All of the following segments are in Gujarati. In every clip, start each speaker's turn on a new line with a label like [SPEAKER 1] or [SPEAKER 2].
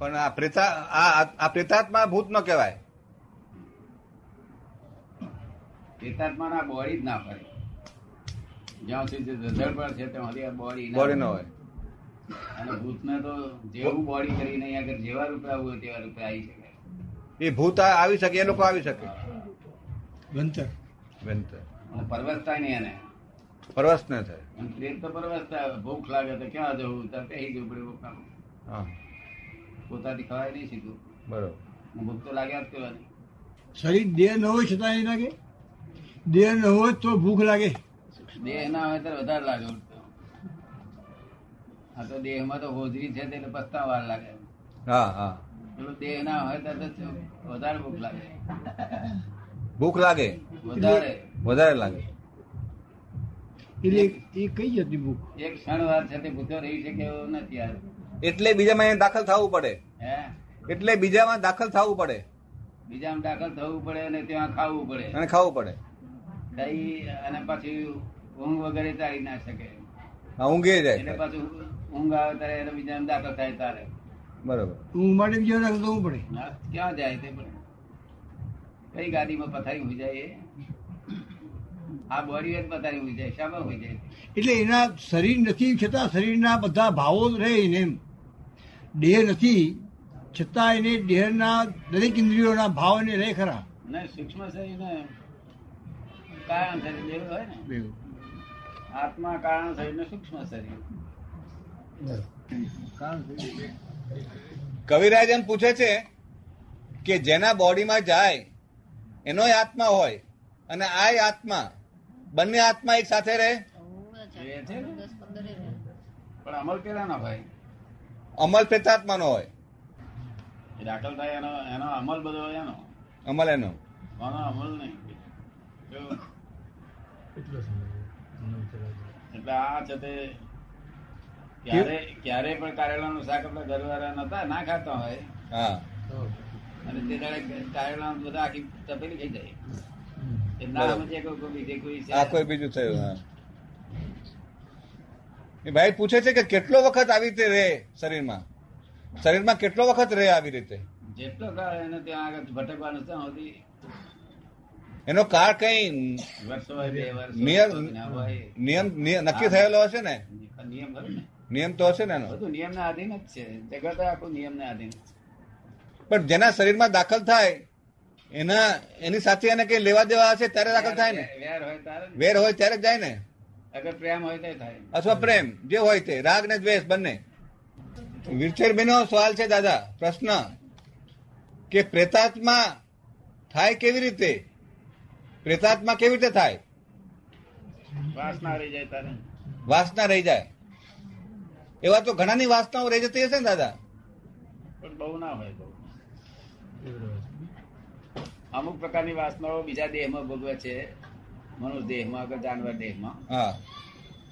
[SPEAKER 1] પણ આ પ્રેતા આ આ પ્રેતાત્મા ભૂત ન કહેવાય
[SPEAKER 2] ચેતાત્મા ના બોડી જ ના ફરે જ્યાં સુધી ધડ પર છે ત્યાં સુધી આ બોડી
[SPEAKER 1] બોડી ન હોય
[SPEAKER 2] અને ભૂતને તો જેવું બોડી કરીને અહીંયા આગળ જેવા રૂપે આવું હોય તેવા રૂપે આવી શકાય
[SPEAKER 1] એ ભૂત આ- આવી શકે એ લોકો આવી શકે
[SPEAKER 3] ગંતર
[SPEAKER 1] વેંતર.
[SPEAKER 2] અને પરવસતા નહીં એને
[SPEAKER 1] પરવશ ન થાય
[SPEAKER 2] અને પ્રેત તો પરવસતા ભૂખ લાગે તો ક્યાં જવું ત્યાં કહી જવું પડે ભૂખના
[SPEAKER 1] હા
[SPEAKER 2] પોતાથી ખવાય નહીં સીધું
[SPEAKER 1] બરોબર
[SPEAKER 2] અને ભૂખ તો લાગ્યા જ કરવાની
[SPEAKER 3] શરીર દેહ ન હોય છતાં એ લાગે દેહ ન હોય તો ભૂખ લાગે
[SPEAKER 2] દેહ ના હોય ત્યારે વધારે લાગે ઉલટું. આ તો દેહમાં તો હોજરી છે તેને પસ્તાવા લાગે
[SPEAKER 1] હા હા
[SPEAKER 2] પેલું દેહ ના હોય ત્યારે તો વધારે ભૂખ લાગે
[SPEAKER 1] ભૂખ લાગે
[SPEAKER 2] વધારે
[SPEAKER 1] વધારે લાગે
[SPEAKER 3] એટલે એ કઈ જતી ભૂખ
[SPEAKER 2] એક ક્ષણ વાર છે તે ભૂતો રહી શકે એવું નથી યાર
[SPEAKER 1] એટલે બીજામાં એને દાખલ થવું પડે
[SPEAKER 2] હે
[SPEAKER 1] એટલે બીજામાં દાખલ થવું પડે
[SPEAKER 2] બીજામાં દાખલ થવું પડે અને ત્યાં ખાવું પડે
[SPEAKER 1] અને ખાવું પડે
[SPEAKER 2] દહીં અને પછી ઊંઘ વગેરે ચાલી ના શકે
[SPEAKER 1] હા, ઊંઘી
[SPEAKER 2] એટલે
[SPEAKER 1] જાય
[SPEAKER 2] પાછું ઊંઘ આવે ત્યારે એને બીજામાં દાખલ થાય તારે
[SPEAKER 1] બરોબર
[SPEAKER 3] હું માટે બીજા રાખતો હું પડે
[SPEAKER 2] ના, ક્યાં જાય તે પણ કઈ ગાડીમાં પથારી હોય જાય એ? આ બોડી જ પથારી હોય જાય શામાં હોય જાય
[SPEAKER 3] એટલે એના શરીર નથી છતાં શરીરના બધા ભાવો જ રહે એને એમ દેહ નથી છતાં એને દેહના દરેક ઇન્દ્રિયોના ભાવ એને રહે ખરા
[SPEAKER 2] ને સૂક્ષ્મ શરીરને કારણ શરીર જેવું હોય ને આત્મા કારણ શરીર ને સૂક્ષ્મ શરીર
[SPEAKER 1] કવિરાજ એમ પૂછે છે કે જેના બોડીમાં જાય એનોય આત્મા હોય અને આય આત્મા બંને આત્મા એક સાથે રહે
[SPEAKER 2] એ છે ને? પણ અમલ પેલા ના ભાઈ
[SPEAKER 1] અમલ પ્રેતાત્માનો હોય
[SPEAKER 2] એ દાખલ થાય એનો એનો અમલ બધો એનો
[SPEAKER 1] અમલ એનો
[SPEAKER 2] આનો અમલ નહીં જો, એટલે આ છે તે ક્યારે ક્યારે પણ કારેલાનું શાક આપણે ઘરવાળા નતા ના ખાતા હોય
[SPEAKER 1] હા
[SPEAKER 2] અને તે દાડે કારેલા બધા આખી તપેલી ખાઈ જાય એ ના
[SPEAKER 1] બરાબર.
[SPEAKER 2] સમજે કોઈ કોઈ બીજે કોઈ છે
[SPEAKER 1] આ કોઈ બીજું થયું હા એ ભાઈ પૂછે છે કે કેટલો વખત આવી રીતે રહે શરીરમાં શરીરમાં કેટલો વખત રહે આવી રીતે
[SPEAKER 2] જેટલો કાળ એને ત્યાં આગળ ભટકવાનું છે સુધી
[SPEAKER 1] એનો કાળ કઈ
[SPEAKER 2] વર્ષો હોય બે વર્ષ
[SPEAKER 1] નિયર
[SPEAKER 2] હોય, ના હોય.
[SPEAKER 1] નિયમ નિય- નક્કી થયેલો હશે ને
[SPEAKER 2] નિયમ ખરો ને
[SPEAKER 1] નિયમ તો હશે ને એનો
[SPEAKER 2] બધું નિયમના આધીન જ છે જગત આખું નિયમના આધીન છે.
[SPEAKER 1] પણ જેના શરીરમાં દાખલ થાય એના એની સાથે એને કઈ લેવા દેવા હશે ત્યારે દાખલ થાય ને
[SPEAKER 2] વેર હોય તારે ને.
[SPEAKER 1] વેર હોય ત્યારે જ જાય ને
[SPEAKER 2] અગર પ્રેમ હોય તો થાય
[SPEAKER 1] અથવા પ્રેમ જે હોય તે રાગ ને દ્વેષ બંને વિરચેર બેનો સવાલ છે દાદા પ્રશ્ન કે પ્રેતાત્મા થાય કેવી રીતે પ્રેતાત્મા કેવી રીતે થાય
[SPEAKER 2] વાસના રહી જાય તારે
[SPEAKER 1] વાસના રહી જાય એવા તો ઘણાની વાસનાઓ રહી જતી હશે ને દાદા
[SPEAKER 2] પણ બહુ ના હોય બહુ અમુક પ્રકારની વાસનાઓ બીજા દેહમાં ભોગવે છે મનુષ્ય દેહમાં કે જાનવર દેહમાં
[SPEAKER 1] હા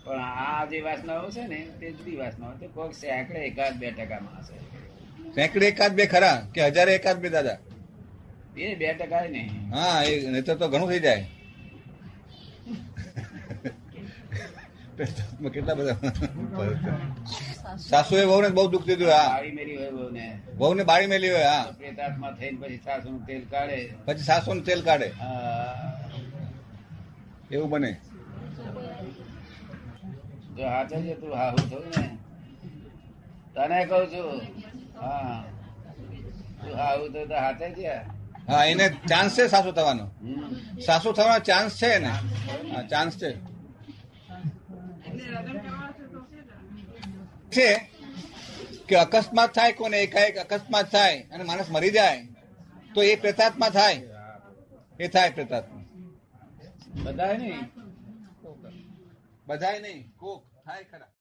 [SPEAKER 2] પણ આ જે વાસનાઓ છે ને તે જુદી વાસનાઓ છે કોઈક સેંકડે એકાદ બે ટકામાં હશે
[SPEAKER 1] સેંકડે એકાદ બે ખરા કે હજારે એકાદ બે દાદા
[SPEAKER 2] એ બે ટકા ય નહીં
[SPEAKER 1] હા એ નહીતર તો ઘણું થઈ જાય પ્રેતાત્મા કેટલા બધા સાસુએ વહુને બહુ દુઃખ દીધું હા
[SPEAKER 2] સારી મેરી હોય બહુ ને
[SPEAKER 1] વહુને બાળી મેલી હોય હા
[SPEAKER 2] પ્રેતાત્મા થઈને પછી સાસુનું તેલ કાઢે
[SPEAKER 1] પછી સાસુને તેલ કાઢે
[SPEAKER 2] આ,
[SPEAKER 1] એવું બને
[SPEAKER 2] જો હાચે છે તું હાહુ થયું ને તને કહું છું હા તું હાહુ થયું તો હાચે છે
[SPEAKER 1] હા એને ચાન્સ છે સાસુ થવાનો
[SPEAKER 2] હમ.
[SPEAKER 1] સાસુ થવાનો ચાન્સ છે ને હા ચાન્સ છે છે કે અકસ્માત થાય કોને એકાએક અકસ્માત થાય અને માણસ મરી જાય તો એ પ્રેતાત્મા થાય એ થાય પ્રેતાત્મા
[SPEAKER 2] બધાય નહીં
[SPEAKER 1] બધાય નહીં કોક થાય ખરા